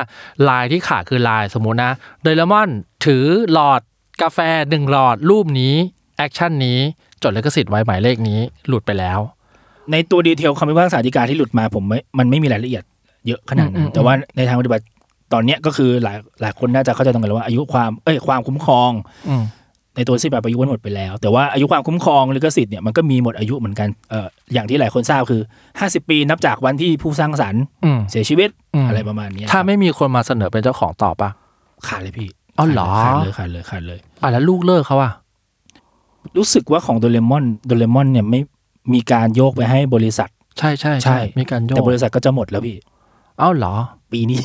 ลายที่ขาดคือลายสมมุตินะโดเรมอนถือหลอดกาแฟหนึ่งหลอดรูปนี้แอคชั่นนี้จดลิขสิทธิ์ไว้หมายเลขนี้หลุดไปแล้ว ในตัวดีเทลคำพิพากษาฎีกาที่หลุดมาผมไม่มันไม่มีรายละเอียดเยอะขนาดนั้ อื น ม แต่ว่าในทางปฏิบัติตอนเนี้ยก็คือหลายหลายคนน่าจะเข้าใจตรงกันแล้วว่าอายุความเอ้ยความคุ้มครอง อืม ในตัวสิบแปดประยุกต์มันหมดไปแล้ว แต่ว่าอายุความคุ้มครองลิขสิทธิ์เนี่ยมันก็มีหมดอายุเหมือนกันเอ่ออย่างที่หลายคนทราบคือ 50 ปีนับจากวันที่ผู้สร้างสรรค์ อืม เสียชีวิต อืม อะไรประมาณเนี้ย ถ้าไม่มีคนมาเสนอเป็นเจ้าของต่อปะ ขาดเลยพี่ อ๋อเหรอ ขาดเลยขาดเลยขาดเลย อ่ะแล้วลูกเลิกเขาอะ รู้สึกว่าของโดเรมอนโดเรมอนเนี่ยไม่มีการโยกไปให้บริษัท ใช่ใช่ ใช่ ใช่มีการโย แต่ ก บริษัทก็จะหมดแล้วพี่ เอ้าเหรอ ปีนี้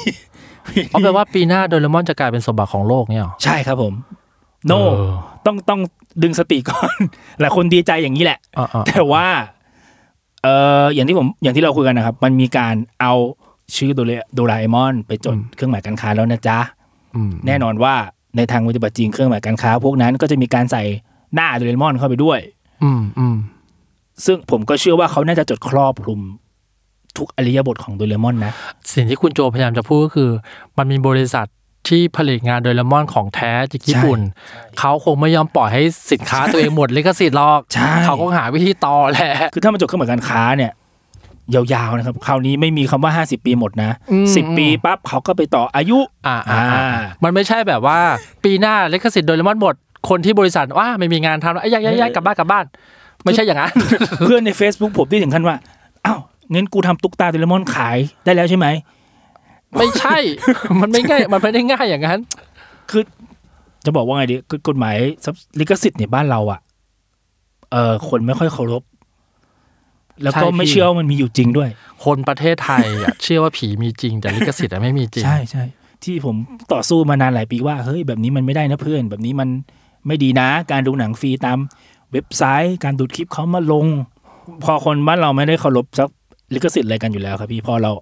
เพราะแปลว่าปีหน้าโดเรมอนจะกลายเป็นสมบัติของโลกเนี่ยเหรอ ใช่ครับผม โน เออ ต้องต้องดึงสติก่อน หลายคนดีใจอย่างนี้แหละ อ่า แต่ว่า เอออย่างที่ผมอย่างที่เราคุยกันนะครับ มันมีการเอาชื่อโดเรโดราเอมอนไปจดเครื่องหมายการค้าแล้วนะจ๊ะ ๆอืม แน่นอนว่าในทางปฏิบัติจริงเครื่องหมายการค้า พวกนั้นก็จะมีการใส่หน้าโดเรมอนเข้าไปด้วย อืมอืม ซึ่งผมก็เชื่อว่าเขาน่าจะจดครอบคลุมทุกอริยบทของโดเรมอนนะ สิ่งที่คุณโจพยายามจะพูดก็คือ มันมีบริษัทที่ผลิตงานโดเรมอนของแท้จากญี่ปุ่น เขาคงไม่ยอมปล่อยให้สินค้าตัวเองหมดลิขสิทธิ์หรอก ใช่ เขาก็หาวิธีต่อแหละ คือถ้ามันจดเครื่องหมายการค้าเนี่ย ยาวๆนะครับ คราวนี้ไม่มีคำว่า 50 ปีหมดนะ อืม สิบปีปั๊บเขาก็ไปต่ออายุ อ่าอ่าอ่า อ่า มันไม่ใช่แบบว่า ปีหน้าลิขสิทธิ์โดเรมอนหมด คนที่บริษัทว่าไม่มีงานทำแล้วไอ้ยายยายยายกลับบ้านกลับบ้าน ไม่ใช่ อย่างนั้น เพื่อนใน Facebook ผมที่ถึงขั้นว่าอ้าวงั้นกูทำตุ๊กตาโดเรมอนขายได้แล้วใช่ไหม ไม่ใช่ มันไม่ง่ายมันไม่ได้ง่ายอย่างนั้น คือจะบอกว่าไงดีคือกฎหมายทรัพย์ลิขสิทธิ์ในบ้านเราอะเออคนไม่ค่อยเคารพ แล้วก็ ใช่พี่ ไม่เชื่อว่ามันมีอยู่จริงด้วย คนประเทศไทยอะ เชื่อว่าผีมีจริง แต่ลิขสิทธิ์อะไม่มีจริง ใช่ใช่ที่ผมต่อสู้มานานหลายปีว่าเฮ้ยแบบนี้มันไม่ได้นะเพื่อน แบบนี้มันไม่ดีนะ การดูหนังฟรีตามเว็บไซต์ การดูดคลิปเขามาลง พอคนบ้านเราไม่ได้เคารพสักลิขสิทธิ์อะไรกันอยู่แล้วครับพี่พอเรา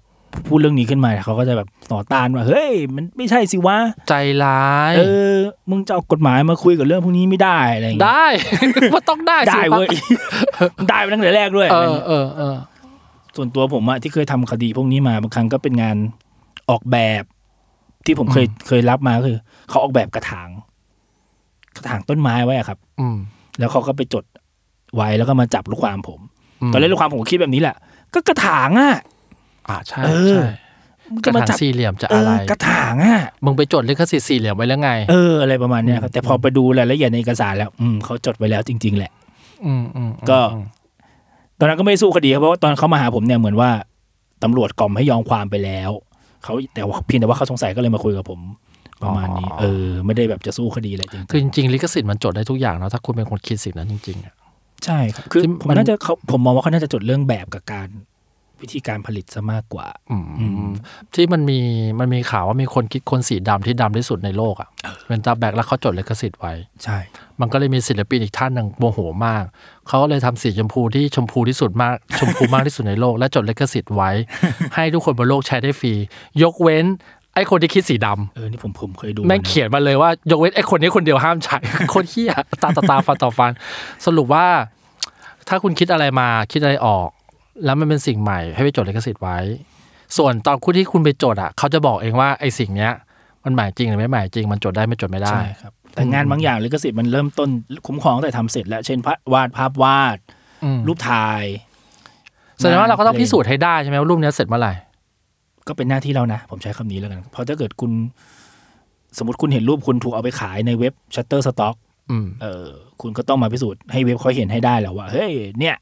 พูดเรื่องนี้ขึ้นมาเขาก็จะแบบต่อต้านว่าเฮ้ย มันไม่ใช่สิวะ ใจร้าย เออมึงจะเอากฎหมายมาคุยกับเรื่องพวกนี้ไม่ได้อะไรอย่างเงี้ย ได้ ว่าต้องได้สิ ได้เว้ย ได้มาตั้งแต่แรกด้วย เอ อะไร อ เงี้ย เออเออ ส่วนตัวผมอะที่เคยทำคดีพวกนี้มาบางครั้งก็เป็นงานออกแบบ ที่ผมเคยเคยรับมาก็คือ เขาออกแบบกระถาง กระถางต้นไม้ไว้อะครับ อืม แล้วเขาก็ไปจดไว้แล้วก็มาจับลูกความผม ม ตอนแรกลูกความผมก็คิดแบบนี้แหละ ก็กระถางอะ อ่าใช่ เออ ใช่ มึง กระ จะมา ถาง จับ สี่เหลี่ยมจะ เอ อะไร อกระถางอะ มึงไปจดลิขสิทธิ์สี่เหลี่ยมไว้แล้วไง เอออะไรประมาณเนี้ยครับ แต่พอไปดูรายละเอียดในเอกสารแล้ว อืมเขาจดไว้แล้วจริง ๆ แหละ อืมอืม ก็ ตอนนั้นก็ไม่ได้สู้คดีครับเพราะว่าตอนเขามาหาผมเนี่ยเหมือนว่าตำรวจกล่อมให้ยอมความไปแล้วเขาแต่ว่าเพียงแต่ว่าเขาสงสัยก็เลยมาคุยกับผม ประมาณนี้ เออ ไม่ได้แบบจะสู้คดีอะไรจริง คือจริงๆลิขสิทธิ์มันจดได้ทุกอย่างเนาะถ้าคุณเป็นคนคิดสิ่งนั้นจริงๆอะ ใช่ครับคือ ที่ ผม มัน น่าจะเขาผมมองว่าเขาน่าจะจดเรื่องแบบกับการวิธีการผลิตซะมากกว่า อืม ที่มันมีมันมีข่าวว่ามีคนคิดคนสีดำที่ดำที่สุดในโลกอะเป็นตาแบกแล้วเขาจดลิขสิทธิ์ไว้ ใช่ มันก็เลยมีศิลปินอีกท่านหนึ่งโมโหมาก เขาก็เลยทำสีชมพูที่ชมพูที่สุดมาก ชมพูมากที่สุดในโลก และจดลิขสิทธิ์ไว้ ให้ทุกคนบนโลกใช้ได้ฟรี ยกเว้น ไอ้คนที่คิดสีดำ เออนี่ผมผมเคยดู แม่ง นะ เขียนมาเลยว่ายกเว้นไอ้คนนี้คนเดียวห้ามใช้ คนเฮียตาต่อตาฟันต่อฟัน สรุปว่า ถ้าคุณคิดอะไรมาคิดอะไรออก แล้วมันเป็นสิ่งใหม่ ให้ไปจดลิขสิทธิ์ไว้ ส่วนตอนคุณที่คุณไปจดอ่ะ เขาจะบอกเองว่าไอ้สิ่งเนี้ย มันหมายจริงหรือไม่หมายจริง มันจดได้ไม่จดไม่ได้ ใช่ครับ แต่งานบางอย่างลิขสิทธิ์มันเริ่มต้นคุ้มครองตั้งแต่ทำเสร็จแล้วเช่นภาพวาดภาพวาด อืม รูปถ่าย แสดงว่าเราก็ต้อง พล พิสูจน์ให้ได้ใช่ไหมว่ารูปเนี้ยเสร็จเมื่อไหร่ ก็เป็นหน้าที่เรานะ ผมใช้คำนี้แล้วกันเพราะถ้าเกิดคุณ สมมติคุณเห็นรูปคุณถูกเอาไปขายในเว็บ Shutterstock อืม เออคุณก็ต้องมาพิสูจน์ให้เว็บเขาเห็นให้ได้แหล้วว่า เฮ้ย เนี่ย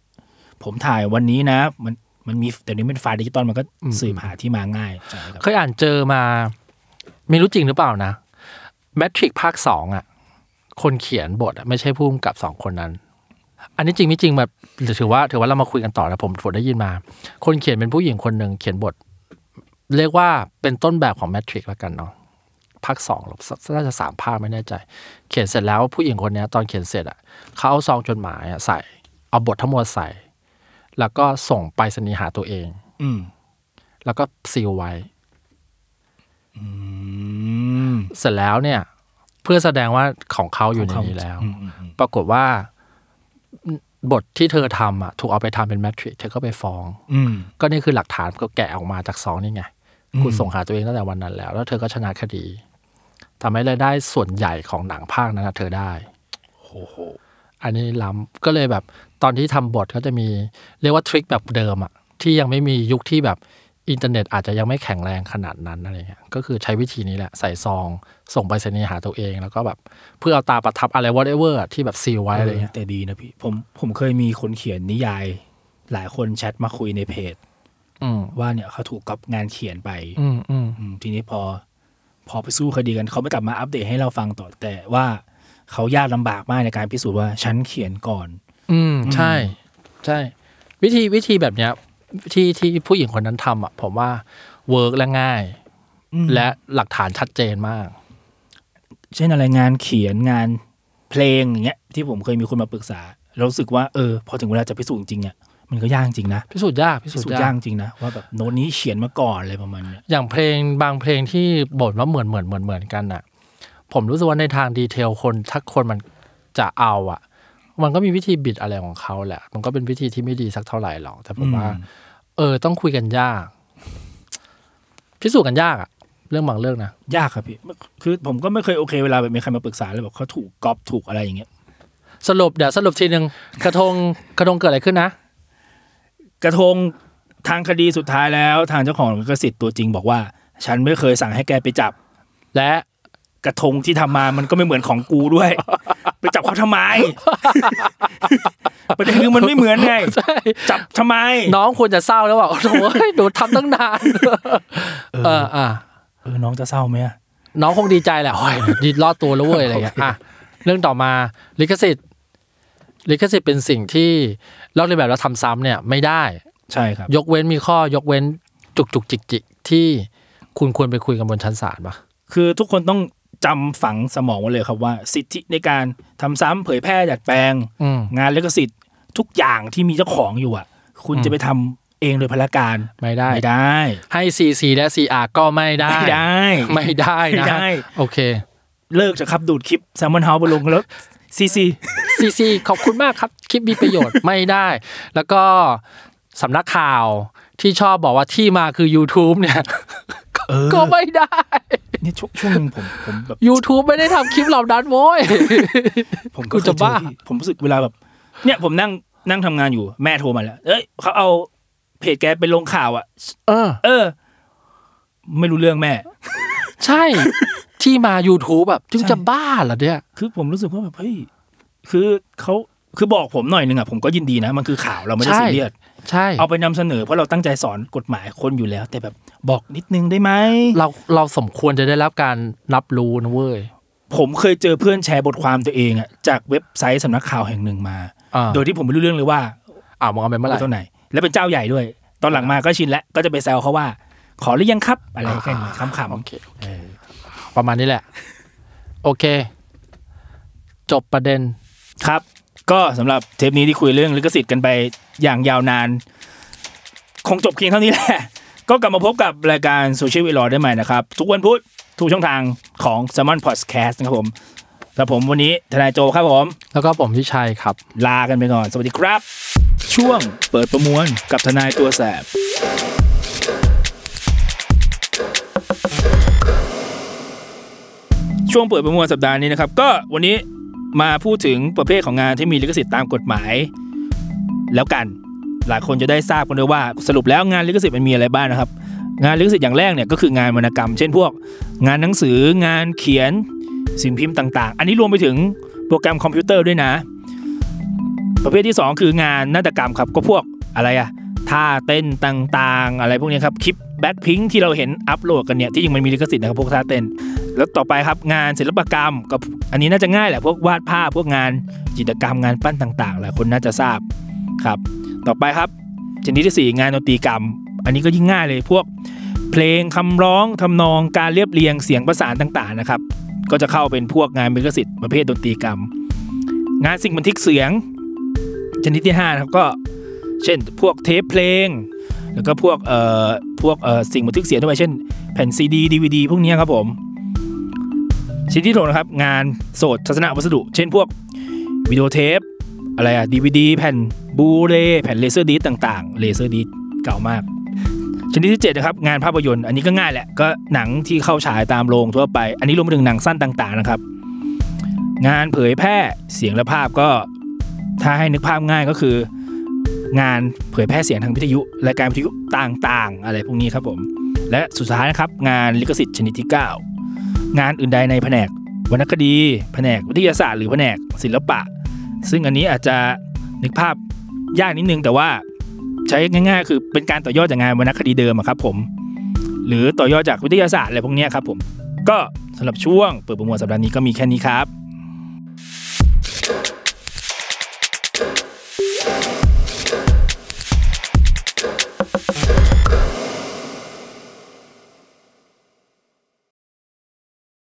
ผมถ่ายวันนี้นะ มันมันมีแต่นี้เป็นไฟล์ดิจิตอลมันก็สืบหาที่มาง่ายใช่ครับ เคยอ่านเจอมาไม่รู้จริงหรือเปล่านะแมทริกภาคสองอ่ะ คนเขียนบทอะไม่ใช่ผู้กำกับสองคนนั้น อันนี้จริงไม่จริงแบบถือว่า ถือว่าเรามาคุยกันต่อนะผมผมได้ยินมา คนเขียนเป็นผู้หญิงคนหนึ่งเขียนบท เรียกว่าเป็นต้นแบบของแมทริกแล้วกันเนาะภาคสองหรือน่าจะสามภาคไม่แน่ใจ เขียนเสร็จแล้วผู้หญิงคนเนี้ย ตอนเขียนเสร็จอ่ะเขาเอาซองจดหมายอะใส่ เอาบททั้งหมดใส่ แล้วก็ส่งไปสนีย์หาตัวเอง อืม แล้วก็ซีลไว้ อืม เสร็จแล้วเนี่ย เพื่อแสดงว่าของเขาอยู่ในนี้แล้ว อืมอืมอืม ปรากฏว่าบทที่เธอทำอ่ะถูกเอาไปทำเป็นแมทริกซ์เธอก็ไปฟ้อง อืม ก็นี่คือหลักฐานก็แกะออกมาจากซองนี่ไง อืม คุณส่งหาตัวเองตั้งแต่วันนั้นแล้ว แล้วเธอก็ชนะคดีทำให้รายได้ส่วนใหญ่ของหนังภาคนั้นนะเธอได้ โอ้โห อันนี้ล้ำก็เลยแบบตอนที่ทำบทก็จะมี เรียกว่าทริคแบบเดิมอะที่ยังไม่มียุคที่แบบอินเทอร์เน็ตอาจจะยังไม่แข็งแรงขนาดนั้นอะไรเงี้ยก็คือใช้วิธีนี้แหละใส่ซอง ส่งไปเสนีย์หาตัวเองแล้วก็แบบเพื่อเอาตาประทับอะไร whatever อะที่แบบซีลไว้อะไรเงี้ย แต่ดีนะพี่ผมผมเคยมีคนเขียนนิยาย หลายคนแชทมาคุยในเพจ อืม ว่าเนี่ยเขาถูกก๊อปงานเขียนไป อืมอืม อืมทีนี้พอ พอไปสู้คดีกันเขาไม่กลับมาอัปเดตให้เราฟังต่อแต่ว่าเขายากลำบากมากในการพิสูจน์ว่าฉันเขียนก่อน อืมใช่ ใช่ วิธีวิธีแบบเนี้ยที่ที่ผู้หญิงคนนั้นทำอะผมว่าเวิร์กและง่าย อืม และหลักฐานชัดเจนมาก เช่นอะไรงานเขียนงานเพลงอย่างเงี้ยที่ผมเคยมีคนมาปรึกษาเรารู้สึกว่าเออพอถึงเวลาจะพิสูจน์จริงๆอ่ะมันก็ยากจริงนะ พิสูจน์ยากพิ พิ สูจ สูจน์ยายน์าก ก จริงนะว่าแบบโน้ตนี้เขียนมาก่อนอะไรประมาณเนี้ย อย่างเพลงบางเพลงที่บ่นว่าเหมือนเหมือนเหมือนเหมือนกันน่ะ ผมรู้สึกว่าในทางดีเทลคนถ้าคนมันจะเอาอ่ะ มันก็มีวิธีบิดอะไรของเขาแหละ มันก็เป็นวิธีที่ไม่ดีสักเท่าไหร่หรอกแต่ผมว่า เออ ต้องคุยกันยาก พิสูจน์กันยากอะเรื่องบางเรื่องนะ ยากครับพี่คือผมก็ไม่เคยโอเคเวลาแบบมีใครมาปรึกษาเลยบอกเขาถูกก๊อปถูกอะไรอย่างเงี้ย สรุปเดี๋ยวสรุปทีหนึ่งกระทงกระทงเกิดอะไรขึ้นนะ กระทง ทางคดีสุดท้ายแล้วทางเจ้าของลิขสิทธิ์ตัวจริงบอกว่า ฉันไม่เคยสั่งให้แกไปจับ และ กระทงที่ทำมามันก็ไม่เหมือนของกู ด้วย ไปจับเขาทำไม ประเด็นคือมันไม่เหมือนไง ใช่ จับทำไม น้องควรจะเศร้า แล้วบอกโอ้ยหนูทำตั้งนานเอออ่ะ เออน้องจะเศร้าไหมอะ น้องคงดีใจแหละโอ้ยดีรอดตัวแล้วเว้ยอะไรอย่างเงี้ยอ่ะเรื่องต่อมาลิขสิทธิ์ ลิขสิทธิ์เป็นสิ่งที่เราเรียนแบบเราทำซ้ำเนี่ยไม่ได้ ใช่ครับ ยกเว้นมีข้อยกเว้นจุกจุกจิกจิกที่คุณควรไปคุยกันบนชั้นศาลปะ คือทุกคนต้องจำฝังสมองไว้เลยครับว่า สิทธิในการทำซ้ำเผยแพร่ดัดแปลง อืม งานลิขสิทธิ์ทุกอย่างที่มีเจ้าของอยู่อ่ะ คุณ อืม จะไปทำเองโดยพลการ ไม่ได้ ไม่ได้ ให้ CC และ CR ก็ไม่ได้ ไม่ได้ ไม่ได้ ไม่ นะ ได้ โอเค เลิกจะขับดูดคลิปแซมมอนเฮาไปลงแล้วซี ซี CC ขอบคุณมากครับ คลิปมีประโยชน์ ไม่ได้ แล้วก็สำนักข่าวที่ชอบบอกว่าที่มาคือ YouTube เนี่ย เออ ก็ไม่ได้ นี่ช่วงช่วงหนึงผมผมแบบ YouTube ไม่ได้ทำคลิปเหล่านั้นโว้ย ผม กูจะ เคยเอ บ้า พี่ผมรู้สึกเวลาแบบ เนี่ยผมนั่งนั่งทำงานอยู่แม่โทรมาแล้ว เอ้ยเขาเอาเพจแกไปลงข่าวอ่ะ เออ เออ ไม่รู้เรื่องแม่ ใช่ ที่มา YouTube แบบจึง ใช่ จะบ้าเหรอเนี่ย คือผมรู้สึกว่าแบบเฮ้ยคือเขาคือบอกผมหน่อยหนึ่งอ่ะผมก็ยินดีนะ มันคือข่าวเราไม่ได้ ใช่ ซีเรียส ใช่ เอาไปนำเสนอเพราะเราตั้งใจสอนกฎหมายคนอยู่แล้ว แต่แบบบอกนิดนึงได้ไหม เราเราสมควรจะได้รับการรับรู้นะเว้ย ผมเคยเจอเพื่อนแชร์บทความตัวเองอ่ะจากเว็บไซต์สำนักข่าวแห่งหนึ่งมา อ่า โดยที่ผมไม่รู้เรื่องเลยว่า อ่ามองกันไปเมื่อไหร่ เท่าไหนแล้วเป็นเจ้าใหญ่ด้วย ตอนหลังมาก็ชินแล้ว ก็จะไปแซวเขาว่า ขอหรือยังครับ อะไรแค่นี้คำข โอเคโอเค ประมาณนี้แหละ โอเค จบประเด็น ำครับ ก็สำหรับเทปนี้ที่คุยเรื่องลิขสิทธิ์กันไปอย่างยาวนาน คงจบเพียงเท่านี้แหละ ก็กลับมาพบกับรายการโซเชียลวีลอได้ใหม่นะครับ ทุกวันพุธทุกช่องทางของ s ซ m o n Podcast นะครับผมแล้วผมวันนี้ทนายโจครับผม แล้วก็ผมพิชัยครับ ลากันไปก่อน สวัสดีครับ ช่วงเปิดประมวลกับทนายตัวแสบช่วงเปิดประมวลสัปดาห์นี้นะครับ ก็วันนี้มาพูดถึงประเภทของงานที่มีลิขสิทธิ์ตามกฎหมาย แล้วกันหลายคนจะได้ทราบกันด้วยว่าสรุปแล้วงานลิขสิทธิ์มันมีอะไรบ้างนะครับ งานลิขสิทธิ์อย่างแรกเนี่ยก็คืองานวรรณกรรม เช่นพวก งานหนังสืองานเขียนสิ่งพิมพ์ต่าง ๆ อันนี้รวมไปถึงโปรแกรมคอมพิวเตอร์ด้วยนะ ประเภทที่ 2 คืองานนาฏกรรมครับก็พวกอะไรอะท่าเต้นต่างๆ อะไรพวกเนี้ยครับคลิปแบ็คพิงที่เราเห็นอัพโหลดกันเนี่ยที่จริงมันมีลิขสิทธิ์นะครับพวกท่าเต้น แล้วต่อไปครับงานศิลปกรรมกับอันนี้น่าจะง่ายแหละพวกวาดภาพพวกงานจิตรกรรมงานปั้นต่างๆหลายคนน่าจะทราบครับต่อไปครับชนิดที่สี่งานดนตรีกรรม อันนี้ก็ยิ่งง่ายเลยพวกเพลงคำร้องทำนองการเรียบเรียงเสียงประสานต่างๆนะครับก็จะเข้าเป็นพวกงานลิขสิทธิ์ประเภทดนตรีกรรม งานสิ่งบันทึกเสียง ชนิดที่5นะครับก็เช่นพวกเทปเพลง แล้วก็พวกเอ่อพวกเอ่อสิ่งบันทึกเสียงด้วยเช่น แผ่นซีดีดีวดีพวกเนี้ยครับผมชนิดที่หกนะครับงานโสดทัศนวัสดุ เช่นพวกวิดีโอเทปอะไรอะดีวดีแผ่นบูเรแผ่นเลเซอร์ดีต่างๆเลเซอร์ดีเก่ามาก ชนิดที่เจ็ดนะครับงานภาพยนตร์อันนี้ก็ง่ายแหละก็หนังที่เข้าฉายตามโรงทั่วไป อันนี้รวมไปถึงหนังสั้นต่างๆนะครับ งานเผยแพร่เสียงและภาพก็ ถ้าให้นึกภาพง่ายก็คือ งานเผยแพร่เสียงทางวิทยุรายการวิทยุต่างๆ อะไรพวกนี้ครับผม และสุดท้ายนะครับงานลิขสิทธิ์ชนิดที่ 9 งานอื่นใดในแผนกวรรณคดี แผนกวิทยาศาสตร์หรือแผนกศิลปะ ซึ่งอันนี้อาจจะนึกภาพยากนิดนึง แต่ว่าใช้ง่าย ๆ คือเป็นการต่อยอดจากงานวรรณคดีเดิมอะครับผม หรือต่อยอดจากวิทยาศาสตร์อะไรพวกเนี้ยครับผมก็สำหรับช่วงเปิดประมวลสัปดาห์นี้ก็มีแค่นี้ครับ ค